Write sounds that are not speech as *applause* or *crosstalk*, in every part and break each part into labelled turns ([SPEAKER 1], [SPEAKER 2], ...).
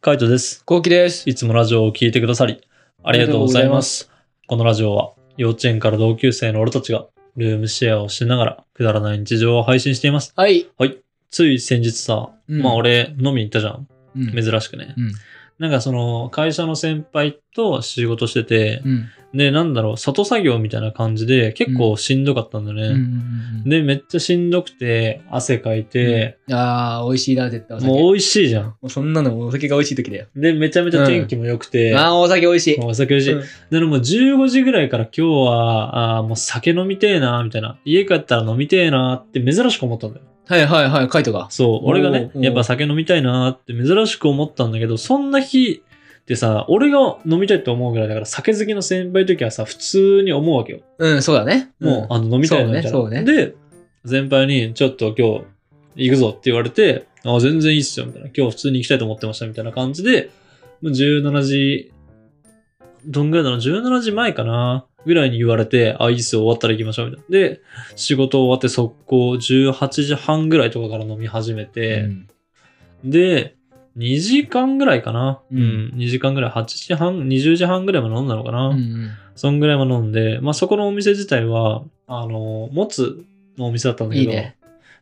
[SPEAKER 1] カイトです。
[SPEAKER 2] こうきです。
[SPEAKER 1] いつもラジオを聴いてくださり、ありがとうございます。このラジオは、幼稚園から同級生の俺たちが、ルームシェアをしながら、くだらない日常を配信しています。
[SPEAKER 2] はい。
[SPEAKER 1] つい先日さ、
[SPEAKER 2] うん
[SPEAKER 1] まあ俺、飲みに行ったじゃん。
[SPEAKER 2] うん。
[SPEAKER 1] 珍しくね。
[SPEAKER 2] うん。
[SPEAKER 1] なんかその、会社の先輩と仕事してて
[SPEAKER 2] う、ん。
[SPEAKER 1] で、なんだろう、里作業みたいな感じで、結構しんどかったんだ
[SPEAKER 2] うんう
[SPEAKER 1] ね。
[SPEAKER 2] ん
[SPEAKER 1] で、めっちゃしんどくて、汗かいて、
[SPEAKER 2] うん。ああ、美味しいな、絶対お酒。
[SPEAKER 1] もう
[SPEAKER 2] も
[SPEAKER 1] 美味しいじゃん。
[SPEAKER 2] うそんなのお酒が美味しい時だよ。
[SPEAKER 1] で、めちゃめちゃ天気も良くて、
[SPEAKER 2] ああ、お酒美味しい。
[SPEAKER 1] もうお酒美味しい。
[SPEAKER 2] うん
[SPEAKER 1] で、もう15時ぐらいから今日は、あーもう酒飲みてえな、みたいな。家帰ったら飲みてえなって珍しく思ったんだよ。
[SPEAKER 2] はいはいはい、カイトが。
[SPEAKER 1] そう、俺がね、
[SPEAKER 2] おー
[SPEAKER 1] やっぱ酒飲みたいなって珍しく思ったんだけど、そんな日ってさ、俺が飲みたいって思うぐらいだから、酒好きの先輩の時はさ、普通に思うわけよ。
[SPEAKER 2] うん、そうだね。
[SPEAKER 1] もう、あの、飲みたいなみたいな。
[SPEAKER 2] そうねそうね
[SPEAKER 1] で、先輩に、ちょっと今日行くぞって言われて、あ、全然いいっすよ、みたいな。今日普通に行きたいと思ってました、みたいな感じで、もう17時、どんぐらいだろう ?17 時前かなぐらいに言われて、あ、いいっすよ、終わったら行きましょう、みたいな。で、仕事終わって速攻18時半ぐらいとかから飲み始め
[SPEAKER 2] う
[SPEAKER 1] て、
[SPEAKER 2] ん。
[SPEAKER 1] で、2時間ぐらいかな、
[SPEAKER 2] う
[SPEAKER 1] うんん、2時間ぐらい、8時半、20時半ぐらいまで飲んだのかな、
[SPEAKER 2] うんうん。
[SPEAKER 1] そんぐらいも飲んで、まあそこのお店自体は、あの、もつのお店だったんだけど、
[SPEAKER 2] いいね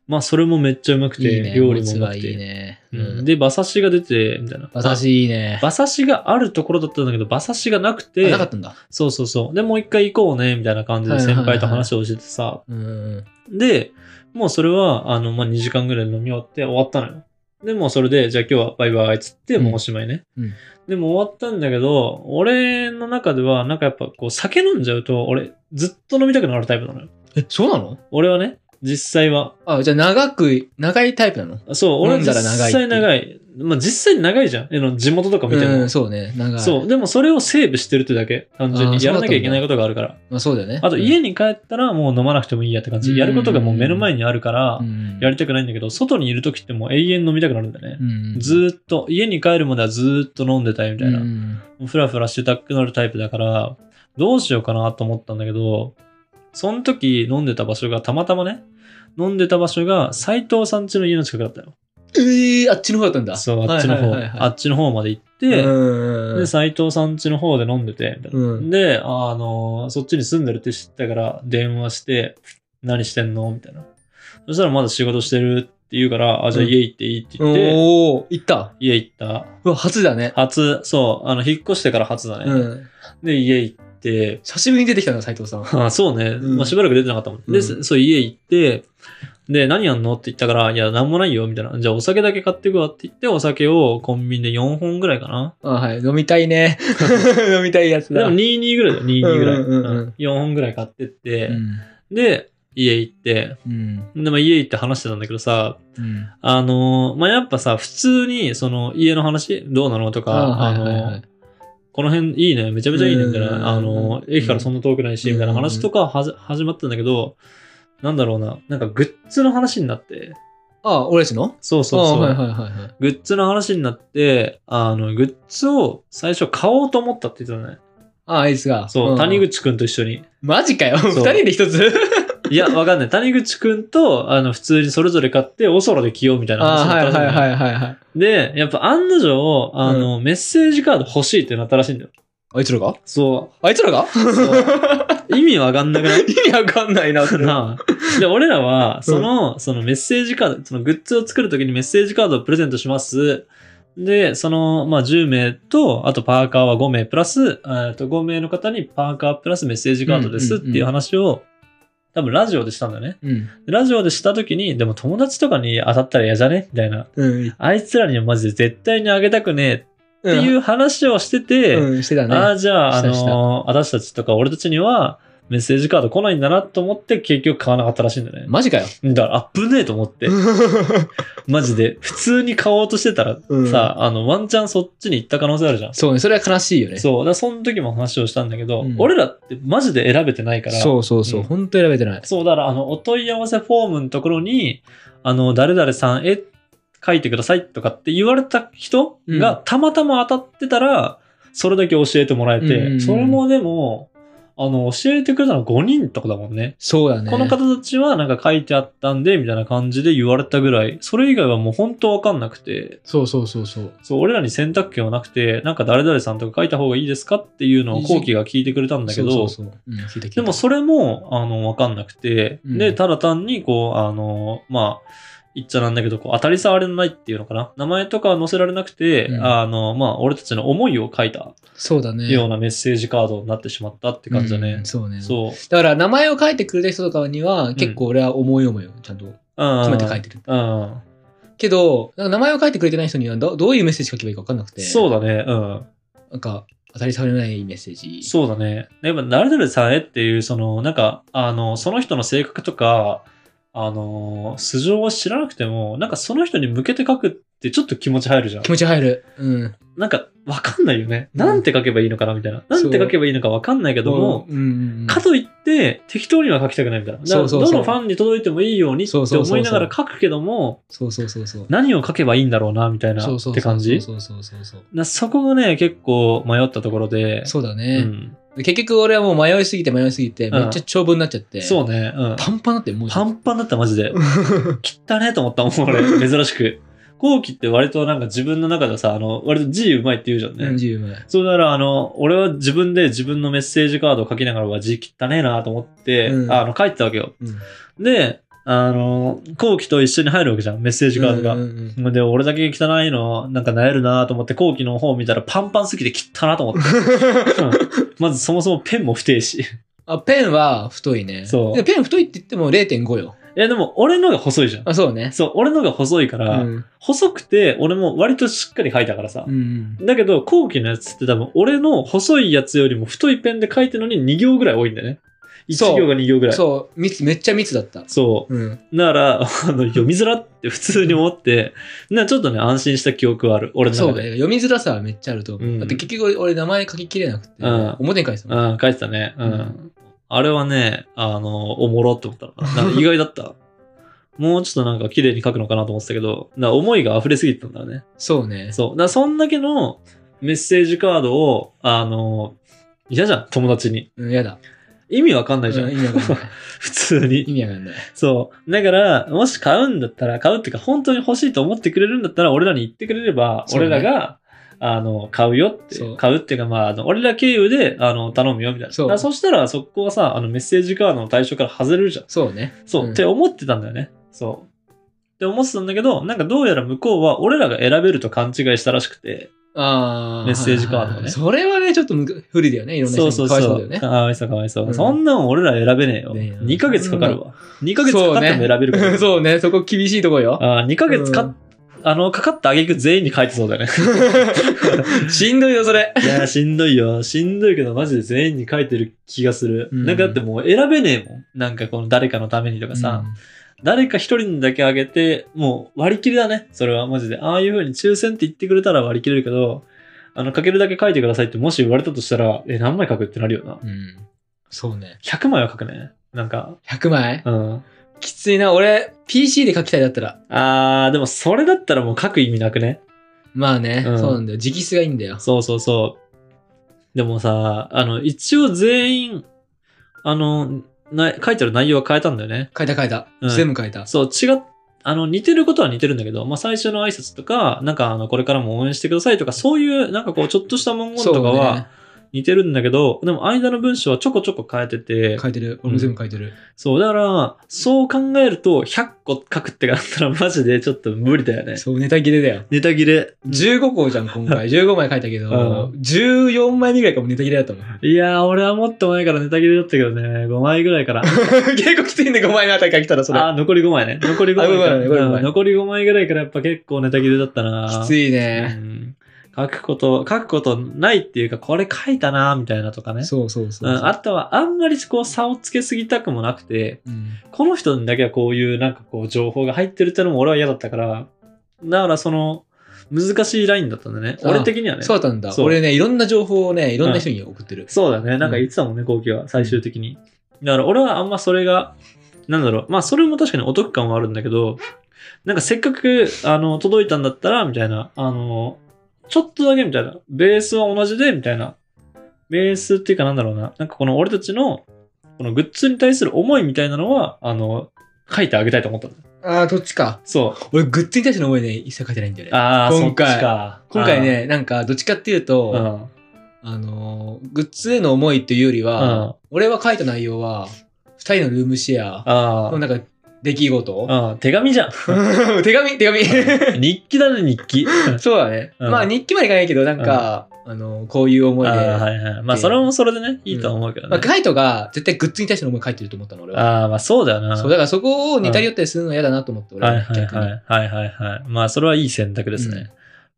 [SPEAKER 1] まあそれもめっちゃうまくて、
[SPEAKER 2] いいね。
[SPEAKER 1] 料理も
[SPEAKER 2] お
[SPEAKER 1] う
[SPEAKER 2] つ
[SPEAKER 1] ま
[SPEAKER 2] は
[SPEAKER 1] く
[SPEAKER 2] い
[SPEAKER 1] て。
[SPEAKER 2] いね。
[SPEAKER 1] うん、、で、馬刺しが出て、みたいな。
[SPEAKER 2] 馬刺
[SPEAKER 1] あ
[SPEAKER 2] しいいね。
[SPEAKER 1] 馬刺しがあるところだったんだけど、馬刺しがなく
[SPEAKER 2] あ
[SPEAKER 1] て
[SPEAKER 2] な、かったんだ。
[SPEAKER 1] そうそうそう。で、もう一回行こうね、みたいな感じで
[SPEAKER 2] はいは
[SPEAKER 1] 先
[SPEAKER 2] いはい
[SPEAKER 1] 輩と話をしててさ、
[SPEAKER 2] うんうん。
[SPEAKER 1] で、もうそれは、あの、まあ、2時間ぐらい飲み終わって終わったのよ。で、もうそれで、じゃあ今日はバイバイっつって、
[SPEAKER 2] うん
[SPEAKER 1] もうおしまいね。
[SPEAKER 2] うん
[SPEAKER 1] でも終わったんだけど、俺の中では、なんかやっぱこう酒飲んじゃうと、俺ずっと飲みたくなるタイプなのよ。
[SPEAKER 2] え、そうなの
[SPEAKER 1] 俺はね、実際は。
[SPEAKER 2] あ、じゃあ長く、長いタイプなの
[SPEAKER 1] そう、俺は
[SPEAKER 2] 飲ん
[SPEAKER 1] 実
[SPEAKER 2] だら長いっていう
[SPEAKER 1] 際長い。まあ、実際長いじゃん。あの地元とか見ても。
[SPEAKER 2] うん、そうね。長い。
[SPEAKER 1] そう。でもそれをセーブしてるってだけ。単純
[SPEAKER 2] あー
[SPEAKER 1] に。
[SPEAKER 2] そう
[SPEAKER 1] や
[SPEAKER 2] だ
[SPEAKER 1] らなん
[SPEAKER 2] った
[SPEAKER 1] き
[SPEAKER 2] だ
[SPEAKER 1] ゃいけないことがあるから。
[SPEAKER 2] まあそうだよね。
[SPEAKER 1] あと家に帰ったらもう飲まなくてもいいやって感じ。
[SPEAKER 2] うん
[SPEAKER 1] やることがもう目の前にあるから、
[SPEAKER 2] うん、
[SPEAKER 1] やりたくないんだけど、外にいる時ってもう永遠飲みたくなるんだよ
[SPEAKER 2] う
[SPEAKER 1] ね。
[SPEAKER 2] ん。
[SPEAKER 1] ずーっと、家に帰るまではずーっと飲んでたいみたいな。
[SPEAKER 2] うん
[SPEAKER 1] ふらふらしてたくなるタイプだから、どうしようかなと思ったんだけど、その時飲んでた場所が、たまたまね、飲んでた場所が斎藤さん家の家の近くだったよ。
[SPEAKER 2] ええあっちの方だったんだ。
[SPEAKER 1] そう、あっちの方、
[SPEAKER 2] はいはいはいはい
[SPEAKER 1] あっちの方まで行って、
[SPEAKER 2] うん
[SPEAKER 1] で、斎藤さん家の方で飲んでて、みたいな。
[SPEAKER 2] うん
[SPEAKER 1] で、あの、そっちに住んでるって知ったから、電話して、何してんのみたいな。そしたら、まだ仕事してるって言うから、あ、じゃあ
[SPEAKER 2] うん
[SPEAKER 1] 家行っていいって言って、
[SPEAKER 2] おお行った
[SPEAKER 1] 家行った。
[SPEAKER 2] うわ初だね
[SPEAKER 1] 初、そう、あの、引っ越してから初だね。
[SPEAKER 2] うん
[SPEAKER 1] で、家行って、
[SPEAKER 2] 久しぶりに出てきたな斉藤さん
[SPEAKER 1] あそうね、
[SPEAKER 2] うん
[SPEAKER 1] まあ、しばらく出てなかったもん。
[SPEAKER 2] う
[SPEAKER 1] で、
[SPEAKER 2] ん
[SPEAKER 1] そう、家行って、で、何やんのって言ったから、いや、なんもないよ、みたいな。じゃあ、お酒だけ買ってくわって言って、お酒をコンビニで4本ぐらいかな。
[SPEAKER 2] あはい飲みたい *laughs* ね飲みたいやつ
[SPEAKER 1] で
[SPEAKER 2] だ
[SPEAKER 1] も22ぐらいだよ、22ぐらい。
[SPEAKER 2] うんうんうんうん
[SPEAKER 1] 4本ぐらい買ってって、
[SPEAKER 2] うん
[SPEAKER 1] で、家行って、
[SPEAKER 2] うん
[SPEAKER 1] で、まあ、家行って話してたんだけどさ、
[SPEAKER 2] うん
[SPEAKER 1] あのーまあ、やっぱさ、普通に、その、家の話、どうなのとか、あ,、
[SPEAKER 2] はいはい
[SPEAKER 1] の
[SPEAKER 2] は
[SPEAKER 1] ー
[SPEAKER 2] い
[SPEAKER 1] この辺いいね、めちゃめちゃいいね、みたい
[SPEAKER 2] うん
[SPEAKER 1] な、あの、駅からそんな遠くないし、
[SPEAKER 2] うん
[SPEAKER 1] みたいな話とかはじ始まったんだけど、なんだろうな、なんかグッズの話になって、
[SPEAKER 2] あ俺たちの
[SPEAKER 1] そうそう
[SPEAKER 2] あ
[SPEAKER 1] そう、
[SPEAKER 2] はいはいはいはい
[SPEAKER 1] グッズの話になって、あの、グッズを最初買おうと思ったって言ってたね。
[SPEAKER 2] ああいつが
[SPEAKER 1] そう、
[SPEAKER 2] ん
[SPEAKER 1] 谷口くんと一緒に。
[SPEAKER 2] マジかよ
[SPEAKER 1] う
[SPEAKER 2] 二人で一つ *laughs*
[SPEAKER 1] いや、わかんない。谷口くんと、あの、普通にそれぞれ買って、おそろで着ようみたいな
[SPEAKER 2] あ
[SPEAKER 1] 話に
[SPEAKER 2] はい
[SPEAKER 1] なったんだ
[SPEAKER 2] は
[SPEAKER 1] よ
[SPEAKER 2] い
[SPEAKER 1] ね
[SPEAKER 2] はいはいはい
[SPEAKER 1] で、やっぱ案の定、あの、メッセージカード欲しいってなったらしいんだよ。
[SPEAKER 2] あいつらが
[SPEAKER 1] そ
[SPEAKER 2] あいつらが
[SPEAKER 1] う。そう意味わかんなくない
[SPEAKER 2] *laughs* 意味わかんないなそれ *laughs*
[SPEAKER 1] なあ。で、俺らは、その、そのメッセージカード、そのグッズを作るときにメッセージカードをプレゼントします。で、その、まあ、10名と、あとパーカーは5名プラス、えーと5名の方にパーカープラスメッセージカードですっ
[SPEAKER 2] うんうんうん
[SPEAKER 1] ていう話を、多分ラジオでしたんだよね。
[SPEAKER 2] うん
[SPEAKER 1] でラジオでしたときに、でも友達とかに当たったら嫌じゃねみたいな。
[SPEAKER 2] うんっ
[SPEAKER 1] あいつらにはマジで絶対にあげたくねえ
[SPEAKER 2] て
[SPEAKER 1] っていうう話をしてて、
[SPEAKER 2] んうんしてた
[SPEAKER 1] あ
[SPEAKER 2] ね
[SPEAKER 1] あ、じゃあ、あ
[SPEAKER 2] したした
[SPEAKER 1] のー私たちとか俺たちには、メッセージカード来ないんだなと思って結局買わなかったらしいんだよね。
[SPEAKER 2] マジかよ
[SPEAKER 1] だから、あ、ぶねえと思って、
[SPEAKER 2] *laughs*
[SPEAKER 1] マジで、普通に買おうとしてたら、
[SPEAKER 2] うん
[SPEAKER 1] さ、あの、ワンチャンそっちに行った可能性あるじゃん。
[SPEAKER 2] そうねそれは悲しいよね
[SPEAKER 1] そう、だからその時も話をしたんだけど、
[SPEAKER 2] うん
[SPEAKER 1] 俺らってマジで選べてないから、
[SPEAKER 2] そうそうそう、
[SPEAKER 1] うん
[SPEAKER 2] ほんと選べてない。
[SPEAKER 1] そうだから、あの、お問い合わせフォームのところに、あの、誰々さんへ書いてくださいとかって言われた人
[SPEAKER 2] う
[SPEAKER 1] がたまたま当たってたら、それだけ教えてもらえて、
[SPEAKER 2] うんうんうん
[SPEAKER 1] それもでも、あの、教えてくれたの5人とかだもんね。
[SPEAKER 2] そうだね。
[SPEAKER 1] この方たちはなんか書いてあったんで、みたいな感じで言われたぐらい、それ以外はもう本当わかんなくて、
[SPEAKER 2] そうそうそうそう。
[SPEAKER 1] そう、俺らに選択権はなくて、なんか誰々さんとか書いた方がいいですかっていうのを後期が聞いてくれたんだけど、
[SPEAKER 2] そうそうそううん聞いた聞いた
[SPEAKER 1] でもそれも、あの、わかんなくて、
[SPEAKER 2] うん
[SPEAKER 1] で、ただ単に、こう、あの、まあ、言っちゃなんだけど、こう当たり障りのないっていうのかな。名前とかは載せられなくて、
[SPEAKER 2] うん
[SPEAKER 1] あの、まあ、俺たちの思いを書いた
[SPEAKER 2] そうだね。
[SPEAKER 1] ようなメッセージカードになってしまったって感じだ
[SPEAKER 2] う
[SPEAKER 1] ね
[SPEAKER 2] ん。そうね。
[SPEAKER 1] そう。
[SPEAKER 2] だから名前を書いてくれた人とかには、結構俺は思い思いをちゃんと
[SPEAKER 1] 詰
[SPEAKER 2] 詰めて書いてる。
[SPEAKER 1] うん。
[SPEAKER 2] けど、なんか名前を書いてくれてない人にはどどういうメッセージ書けばいいか分かんなくて。
[SPEAKER 1] そうだね。うん。
[SPEAKER 2] なんか、当たり障りのないメッセージ。
[SPEAKER 1] そうだね。やっぱ、誰々さんへっていう、その、なんか、あの、その人の性格とか、あの、素性を知らなくても、なんかその人に向けて書くってちょっと気持ち入るじゃん
[SPEAKER 2] 気。持ち入る。うん。
[SPEAKER 1] なんか、わかんないよね。
[SPEAKER 2] うん
[SPEAKER 1] なんて書けばいいのかなみたいな。
[SPEAKER 2] そ
[SPEAKER 1] な
[SPEAKER 2] うん
[SPEAKER 1] て書けばいいのかわかんないけども、
[SPEAKER 2] うんうんうん、
[SPEAKER 1] かといって、適当には書きたくないみたいな。だから
[SPEAKER 2] そうそうそう
[SPEAKER 1] どのファンに届いてもいいようにって
[SPEAKER 2] そうそうそうそう
[SPEAKER 1] 思いながら書くけども、
[SPEAKER 2] そうそうそうそう。
[SPEAKER 1] 何を書けばいいんだろうな、みたいな。
[SPEAKER 2] そうそうそう
[SPEAKER 1] って感じ
[SPEAKER 2] そうそうそうそう。
[SPEAKER 1] なそこがね、結構迷ったところで。
[SPEAKER 2] そうだ
[SPEAKER 1] う
[SPEAKER 2] ね、
[SPEAKER 1] ん
[SPEAKER 2] 結局俺はもう迷いすぎて迷いすぎて、
[SPEAKER 1] うん
[SPEAKER 2] めっちゃ長文になっちゃって。
[SPEAKER 1] そうね。うん。
[SPEAKER 2] パンパンだってもう。
[SPEAKER 1] パンパンだった、マジで。
[SPEAKER 2] *laughs*
[SPEAKER 1] 汚ねえと思ったもん、俺。珍しく。後期って割となんか自分の中でさ、あの、割と字うまいって言うじゃんね。
[SPEAKER 2] 何十枚。
[SPEAKER 1] そうなら、あの、俺は自分で自分のメッセージカードを書きながら、うわ字汚ねえなと思って、
[SPEAKER 2] うん
[SPEAKER 1] あの、書いてたわけよ。
[SPEAKER 2] うん。
[SPEAKER 1] で、あの、後期と一緒に入るわけじゃん、メッセージカードが。
[SPEAKER 2] うんうんうん
[SPEAKER 1] で、俺だけ汚いの、なんか萎えるなと思って、後期の方を見たらパンパンすぎて汚なと思って。うんまずそもそもペンも不定 *laughs* し。い
[SPEAKER 2] あ、ペンは太いね。
[SPEAKER 1] そう
[SPEAKER 2] でペン太いって言っても0.5よ。
[SPEAKER 1] や、でも俺のが細いじゃん。
[SPEAKER 2] あ、そうね。
[SPEAKER 1] そう、俺のが細いか
[SPEAKER 2] う
[SPEAKER 1] ら、
[SPEAKER 2] ん。
[SPEAKER 1] 細くて、俺も割としっかり書いたからさ。
[SPEAKER 2] うん。
[SPEAKER 1] だけど、後期のやつって多分、俺の細いやつよりも太いペンで書いてるのに2行ぐらい多いんだよね。
[SPEAKER 2] そ
[SPEAKER 1] 1
[SPEAKER 2] う
[SPEAKER 1] 行が2行ぐらい。そう。
[SPEAKER 2] そう、密、めっちゃ密だった。うん。
[SPEAKER 1] だから、あの、読みづらって普通に思
[SPEAKER 2] *laughs*
[SPEAKER 1] って、なちょっとね、安心した記憶はある。俺の
[SPEAKER 2] そう
[SPEAKER 1] 中
[SPEAKER 2] ね。
[SPEAKER 1] で。
[SPEAKER 2] 読みづらさはめっちゃあると思う。
[SPEAKER 1] うん
[SPEAKER 2] だって結局俺名前書ききれなくて、
[SPEAKER 1] うん
[SPEAKER 2] 表に書いてたもん。
[SPEAKER 1] うん、書いてたね。うん。
[SPEAKER 2] うん
[SPEAKER 1] あれはね、あの、おもろって思ったのかな。なんか意外だった。 *laughs* もうちょっとなんか綺麗に書くのかなと思ってたけど、な思いが溢れすぎてたんだね。
[SPEAKER 2] そうね。
[SPEAKER 1] そう。だからそんだけのメッセージカードを、あの、嫌じゃん、友達に。
[SPEAKER 2] うん、やだ。
[SPEAKER 1] 意味わかんないじゃん。
[SPEAKER 2] うん意味わかんない。
[SPEAKER 1] *laughs* 普通に
[SPEAKER 2] 意。味わかんない。
[SPEAKER 1] そう。だから、もし買うんだったら、買うっていうか、本当に欲しいと思ってくれるんだったら、俺らに言ってくれれば、
[SPEAKER 2] そう
[SPEAKER 1] 俺
[SPEAKER 2] ね
[SPEAKER 1] らが、あの、買うよって
[SPEAKER 2] そ、う
[SPEAKER 1] 買うっていうか、まあ、あの俺ら経由で、あの、頼むよ、みたいな。
[SPEAKER 2] そう
[SPEAKER 1] だからそしたら、そこはさ、あの、メッセージカードの対象から外れるじゃん。
[SPEAKER 2] そうね。
[SPEAKER 1] そう、
[SPEAKER 2] うん
[SPEAKER 1] って思ってたんだよね。そう。って思ってたんだけど、なんかどうやら向こうは、俺らが選べると勘違いしたらしくて、
[SPEAKER 2] ああ。
[SPEAKER 1] メッセージカードね
[SPEAKER 2] はいはいはいそれはね、ちょっとむく不利だよね。いろんな人
[SPEAKER 1] そ
[SPEAKER 2] に
[SPEAKER 1] うそう
[SPEAKER 2] かわい
[SPEAKER 1] そ
[SPEAKER 2] そうだよ
[SPEAKER 1] う。
[SPEAKER 2] ね
[SPEAKER 1] か。わいそう、かわいそう。
[SPEAKER 2] うん
[SPEAKER 1] そんなん俺ら選べねえよ。
[SPEAKER 2] ねえ
[SPEAKER 1] 2ヶ月かかるわ。2ヶ月かかっても選べるから。
[SPEAKER 2] *laughs* そうね。そこ厳しいとこ
[SPEAKER 1] *laughs*
[SPEAKER 2] よ。
[SPEAKER 1] あ2ヶ月か、
[SPEAKER 2] うん
[SPEAKER 1] あの、かかった挙句全員に書いてそうだ
[SPEAKER 2] *laughs*
[SPEAKER 1] ね。
[SPEAKER 2] *laughs* しんどいよ、それ。
[SPEAKER 1] いや、しんどいよ。しんどいけど、マジで全員に書いてる気がする。
[SPEAKER 2] うん
[SPEAKER 1] なんかだってもう選べねえもん。なんかこの誰かのためにとかさ、誰か一人にだけあげて、もう割り切りだね。それはマジで。ああいう風に抽選って言ってくれたら割り切れるけど、あの、書けるだけ書いてくださいってもし言われたとしたら、え、何枚書くってなるよな。
[SPEAKER 2] うん。うん。そうね。
[SPEAKER 1] 100枚は書くね。なんか、
[SPEAKER 2] 100枚
[SPEAKER 1] うん。
[SPEAKER 2] きついな。俺、PC で書きたいだったら。
[SPEAKER 1] あー、でもそれだったらもう書く意味なくね。
[SPEAKER 2] まあね、
[SPEAKER 1] うん
[SPEAKER 2] そうなんだよ。直筆がいいんだよ。
[SPEAKER 1] そうそうそう。でもさ、あの、一応全員、あの、な書いてある内容は変えたんだよね。
[SPEAKER 2] 書いた書いた。
[SPEAKER 1] うん
[SPEAKER 2] 全部書いた。
[SPEAKER 1] そう、違っ、あの、似てることは似てるんだけど、まあ、最初の挨拶とか、なんか、あの、これからも応援してくださいとか、そういう、なんかこう、ちょっとした文言とか
[SPEAKER 2] そう
[SPEAKER 1] は
[SPEAKER 2] ね
[SPEAKER 1] 似てるんだけど、でも、間の文章はちょこちょこ変えてて、
[SPEAKER 2] 書いてる。俺も全部書いてる。
[SPEAKER 1] そう、だから、そう考えると、100個書くってなったら、マジでちょっと無理だよね。
[SPEAKER 2] そう、ネタ切れだよ。
[SPEAKER 1] ネタ切れ。
[SPEAKER 2] 15個じゃん、
[SPEAKER 1] *laughs*
[SPEAKER 2] 今回。15枚書いたけど、
[SPEAKER 1] う
[SPEAKER 2] 14枚目ぐらいかもネタ切れだった
[SPEAKER 1] *laughs*
[SPEAKER 2] もん。
[SPEAKER 1] いやー、俺はもっと前からネタ切れだったけどね、5枚ぐらいから。
[SPEAKER 2] 結構きついんで5枚のあたり書きたら、それ。
[SPEAKER 1] あー、残り5枚ね。残り5枚
[SPEAKER 2] *laughs* あごめん
[SPEAKER 1] から
[SPEAKER 2] ごめんごめんごめん
[SPEAKER 1] うん残り5枚ぐらいからやっぱ結構ネタ切れだったな。
[SPEAKER 2] きついうね。
[SPEAKER 1] ん書くこと、書くことないっていうか、これ書いたな、みたいなとかね。
[SPEAKER 2] そうそうそう。
[SPEAKER 1] うん、あとは、あんまりこう差をつけすぎたくもなくて、
[SPEAKER 2] うん
[SPEAKER 1] この人にだけはこういうなんかこう情報が入ってるってのも俺は嫌だったから、だからその、難しいラインだったんだね。
[SPEAKER 2] あ
[SPEAKER 1] 俺的にはね。
[SPEAKER 2] そうだったんだ。
[SPEAKER 1] そう
[SPEAKER 2] 俺ね、いろんな情報をね、いろんな人に送ってる。
[SPEAKER 1] そうだね。なんか言ってたもんね、後期は、最終的に。だから俺はあんまそれが、なんだろう。まあそれも確かにお得感はあるんだけど、なんかせっかく、あの、届いたんだったら、みたいな、あの、ちょっとだけみたいな、ベースは同じで、みたいな、ベースっていうかなんだろうな。なんかこの俺たちの、このグッズに対する思いみたいなのは、あの、書いてあげたいと思ったんだ。
[SPEAKER 2] ああ、どっちか。
[SPEAKER 1] そ
[SPEAKER 2] 俺、グッズに対しての思いね、一切書いてないんだよ
[SPEAKER 1] う。
[SPEAKER 2] ね。
[SPEAKER 1] ああ、
[SPEAKER 2] 今回
[SPEAKER 1] そっちか。
[SPEAKER 2] 今回ね、なんか、どっちかっていう
[SPEAKER 1] あー。う
[SPEAKER 2] と、
[SPEAKER 1] ん。
[SPEAKER 2] あのー、グッズへの思いっていうよりは、
[SPEAKER 1] あ
[SPEAKER 2] 俺は書いた内容は、二人のルームシェア
[SPEAKER 1] あ
[SPEAKER 2] のなんか、出来事
[SPEAKER 1] ー。うん。手紙 *laughs* じゃん。
[SPEAKER 2] *laughs* 手紙、手紙。
[SPEAKER 1] *laughs* 日記だね、日記。
[SPEAKER 2] そうだね。
[SPEAKER 1] うん
[SPEAKER 2] まあ、日記までいかないけど、なんか、あのー、こういう思いで。
[SPEAKER 1] ああ、はいはい。まあ、それもそれでね、いいとは思うけど
[SPEAKER 2] ま
[SPEAKER 1] ね
[SPEAKER 2] あ、。カイトが絶対グッズに対しての思い書いてると思ったの、俺は。
[SPEAKER 1] ああ、まあ、そうだよな。
[SPEAKER 2] そう、だからそこを似たり寄ったりするの嫌だなと思って、俺
[SPEAKER 1] はい
[SPEAKER 2] は。
[SPEAKER 1] はい
[SPEAKER 2] 逆に
[SPEAKER 1] はい。はいはいはい。まあ、それはいい選択ですね。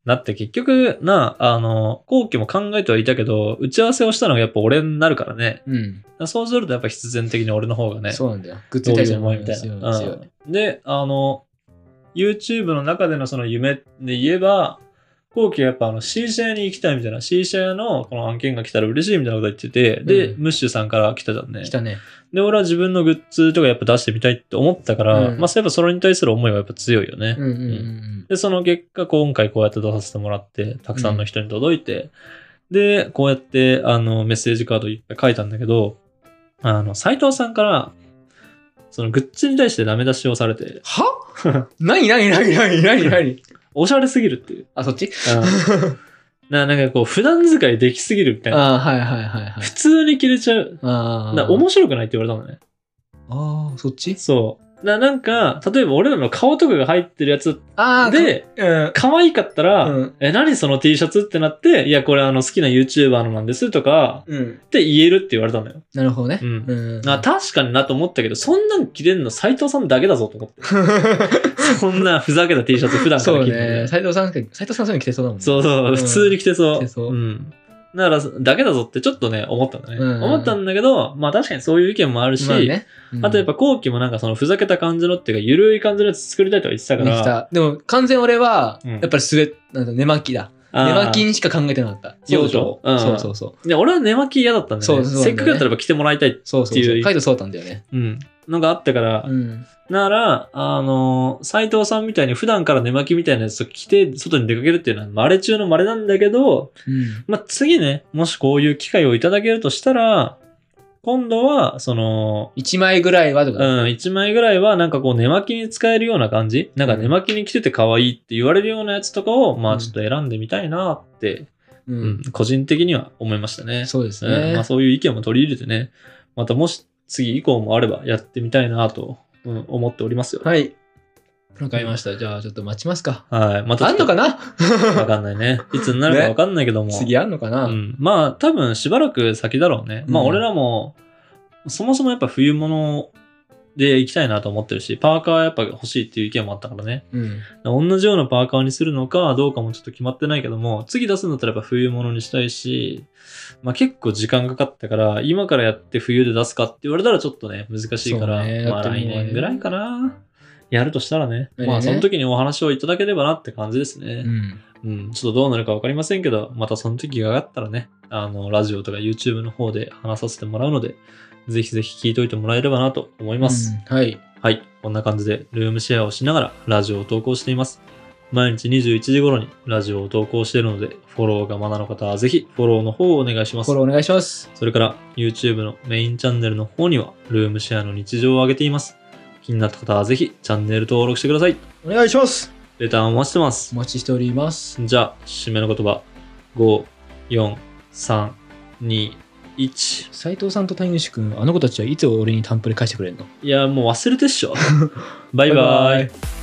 [SPEAKER 1] だって結局、な、あの、後期も考えてはいたけど、打ち合わせをしたのがやっぱ俺になるからね。
[SPEAKER 2] うん。
[SPEAKER 1] そうするとやっぱ必然的に俺の方がね、
[SPEAKER 2] そうなんだよ。グッズ
[SPEAKER 1] ど
[SPEAKER 2] に
[SPEAKER 1] う
[SPEAKER 2] 対
[SPEAKER 1] い
[SPEAKER 2] して
[SPEAKER 1] う思
[SPEAKER 2] の
[SPEAKER 1] い
[SPEAKER 2] 思い
[SPEAKER 1] み
[SPEAKER 2] が
[SPEAKER 1] たい
[SPEAKER 2] 強い
[SPEAKER 1] な。
[SPEAKER 2] 強い。
[SPEAKER 1] うんで、あの、YouTube の中でのその夢で言えば、後期はやっぱあの C 社に行きたいみたいな、C 社のこの案件が来たら嬉しいみたいなこと言ってて、で、
[SPEAKER 2] うん
[SPEAKER 1] ムッシュさんから来たじゃんね
[SPEAKER 2] 来。たね。
[SPEAKER 1] で、俺は自分のグッズとかやっぱ出してみたいって思ったから、
[SPEAKER 2] うん
[SPEAKER 1] まあ、そういえばそれに対する思いはやっぱ強いよね。
[SPEAKER 2] うんうんうん
[SPEAKER 1] で、その結果、今回こうやって出させてもらって、たくさんの人に届いて、で、こうやって、あの、メッセージカードいっぱい書いたんだけど、あの、斎藤さんから、そのグッズに対してダメ出しをされて、
[SPEAKER 2] は *laughs* なになになになになになに
[SPEAKER 1] おしゃれすぎるっていう。
[SPEAKER 2] あ、そっち
[SPEAKER 1] ななんかこう、普段使いできすぎるみたいな。
[SPEAKER 2] *laughs* あーはいはいはいはい
[SPEAKER 1] 普。通に着れちゃう。
[SPEAKER 2] あ
[SPEAKER 1] な
[SPEAKER 2] あ。
[SPEAKER 1] 面白くないって言われたのね。
[SPEAKER 2] ああ、そっち
[SPEAKER 1] そう。ななんか、例えば俺らの顔とかが入ってるやつ
[SPEAKER 2] ああ、
[SPEAKER 1] で、
[SPEAKER 2] か、うん。
[SPEAKER 1] 可愛かったら、
[SPEAKER 2] うん
[SPEAKER 1] え、何その T シャツってなって、いや、これあの好きな YouTuber のなんですとか、
[SPEAKER 2] うん。
[SPEAKER 1] って言えるって言われたのよ。
[SPEAKER 2] なるほどね。
[SPEAKER 1] うん
[SPEAKER 2] うん。 *laughs*
[SPEAKER 1] あ、確かになと思ったけど、そんなん着れるの斎藤さんだけだぞと思っ
[SPEAKER 2] *laughs*
[SPEAKER 1] て。そんなふざけた T シャツ普段か
[SPEAKER 2] そ
[SPEAKER 1] ら
[SPEAKER 2] う
[SPEAKER 1] 着るの
[SPEAKER 2] ね。
[SPEAKER 1] ね。
[SPEAKER 2] 斎藤さん、斎藤さんそういうの着てそうだもんね。
[SPEAKER 1] そうそう、
[SPEAKER 2] うん
[SPEAKER 1] 普通に着てそう。
[SPEAKER 2] 着てそう
[SPEAKER 1] うん。だから、だけだぞってちょっとね、思ったんだね。
[SPEAKER 2] うん
[SPEAKER 1] 思ったんだけど、まあ確かにそういう意見もあるし、
[SPEAKER 2] まあね。うん
[SPEAKER 1] あとやっぱ後期もなんかそのふざけた感じのっていうか、ゆるい感じのやつ作りたいとか言ってたか
[SPEAKER 2] でき
[SPEAKER 1] ら、
[SPEAKER 2] た。でも、完全俺は、
[SPEAKER 1] うん
[SPEAKER 2] やっぱりスウェット、なんだ寝巻きだ。
[SPEAKER 1] あ
[SPEAKER 2] 寝
[SPEAKER 1] ー
[SPEAKER 2] 巻きにしか考えてなかった。
[SPEAKER 1] そうでしょ
[SPEAKER 2] 養生
[SPEAKER 1] うん
[SPEAKER 2] そうそうそう。
[SPEAKER 1] で俺は寝巻き嫌だったんだ
[SPEAKER 2] そ
[SPEAKER 1] よ
[SPEAKER 2] う
[SPEAKER 1] ね。
[SPEAKER 2] そうなんだよ
[SPEAKER 1] せっ
[SPEAKER 2] ね
[SPEAKER 1] かくだったらやっぱ着てもらいたい。
[SPEAKER 2] そうそう
[SPEAKER 1] って
[SPEAKER 2] そ。
[SPEAKER 1] いうう
[SPEAKER 2] カイトそうだったんだよね。
[SPEAKER 1] うん。のがあったから、
[SPEAKER 2] うん。
[SPEAKER 1] なら、あの、斎藤さんみたいに普段から寝巻きみたいなやつを着て外に出かけるっていうのは稀中の稀なんだけど、
[SPEAKER 2] うん。
[SPEAKER 1] まあ、次ね、もしこういう機会をいただけるとしたら、今度は、その、
[SPEAKER 2] 1枚ぐらいはと
[SPEAKER 1] う
[SPEAKER 2] か。
[SPEAKER 1] ん、一枚ぐらいはなんかこう寝巻きに使えるような感じなんか寝巻きに着てて可愛いって言われるようなやつとかを、まあちょっと選んでみたいなって、
[SPEAKER 2] う。
[SPEAKER 1] うんん、個人的には思いましたね。
[SPEAKER 2] そうです
[SPEAKER 1] うんまあ
[SPEAKER 2] ね。
[SPEAKER 1] そういう意見も取り入れてね、またもし次以降もあればやってみたいなと、うん、思っておりますよ。
[SPEAKER 2] はい。わかりました。じゃあ、ちょっと待ちますか。
[SPEAKER 1] はい。またち
[SPEAKER 2] あ
[SPEAKER 1] ょっ
[SPEAKER 2] ん
[SPEAKER 1] と
[SPEAKER 2] のかな
[SPEAKER 1] わかんないね。いつになるかわかんないけども。
[SPEAKER 2] *laughs* 次あんのか
[SPEAKER 1] う、
[SPEAKER 2] なん
[SPEAKER 1] まあ、多分しばらく先だろうね。まあ、
[SPEAKER 2] うん
[SPEAKER 1] 俺らも、そもそもやっぱ冬物で行きたいなと思ってるし、パーカーはやっぱ欲しいっていう意見もあったからね。
[SPEAKER 2] うん。
[SPEAKER 1] 同じようなパーカーにするのかどうかもちょっと決まってないけども、次出すんだったらやっぱ冬物にしたいし、まあ結構時間かかったから、今からやって冬で出すかって言われたらちょっとね、難しいから、
[SPEAKER 2] そうね
[SPEAKER 1] まあ
[SPEAKER 2] だって
[SPEAKER 1] 来
[SPEAKER 2] もうね
[SPEAKER 1] 年ぐらいかな。やるとしたらね、
[SPEAKER 2] 来年ね
[SPEAKER 1] まあその時にお話をいただければなって感じですね。
[SPEAKER 2] うん。
[SPEAKER 1] うん、ちょっとどうなるか分かりませんけど、またその時が上がったらね、あの、ラジオとか YouTube の方で話させてもらうので、ぜひぜひ聞いといてもらえればなと思います。
[SPEAKER 2] うんはい。
[SPEAKER 1] はい、こんな感じでルームシェアをしながらラジオを投稿しています。毎日21時頃にラジオを投稿しているので、フォローがまだの方はぜひフォローの方をお願いします
[SPEAKER 2] フォ。ローお願いします。
[SPEAKER 1] それから YouTube のメインチャンネルの方には、ルームシェアの日常を上げています。気になった方はぜひチャンネル登録してください。
[SPEAKER 2] お願いします。
[SPEAKER 1] レターをお待ちしてます
[SPEAKER 2] お。待ちしております。
[SPEAKER 1] じゃあ、締めの言葉。5、4、3、2、1。
[SPEAKER 2] 斉藤さんと谷口くん、あの子たちはいつ俺にタンプレ返してくれるの
[SPEAKER 1] いや、もう忘れてっしょ。バイバイ。
[SPEAKER 2] イ。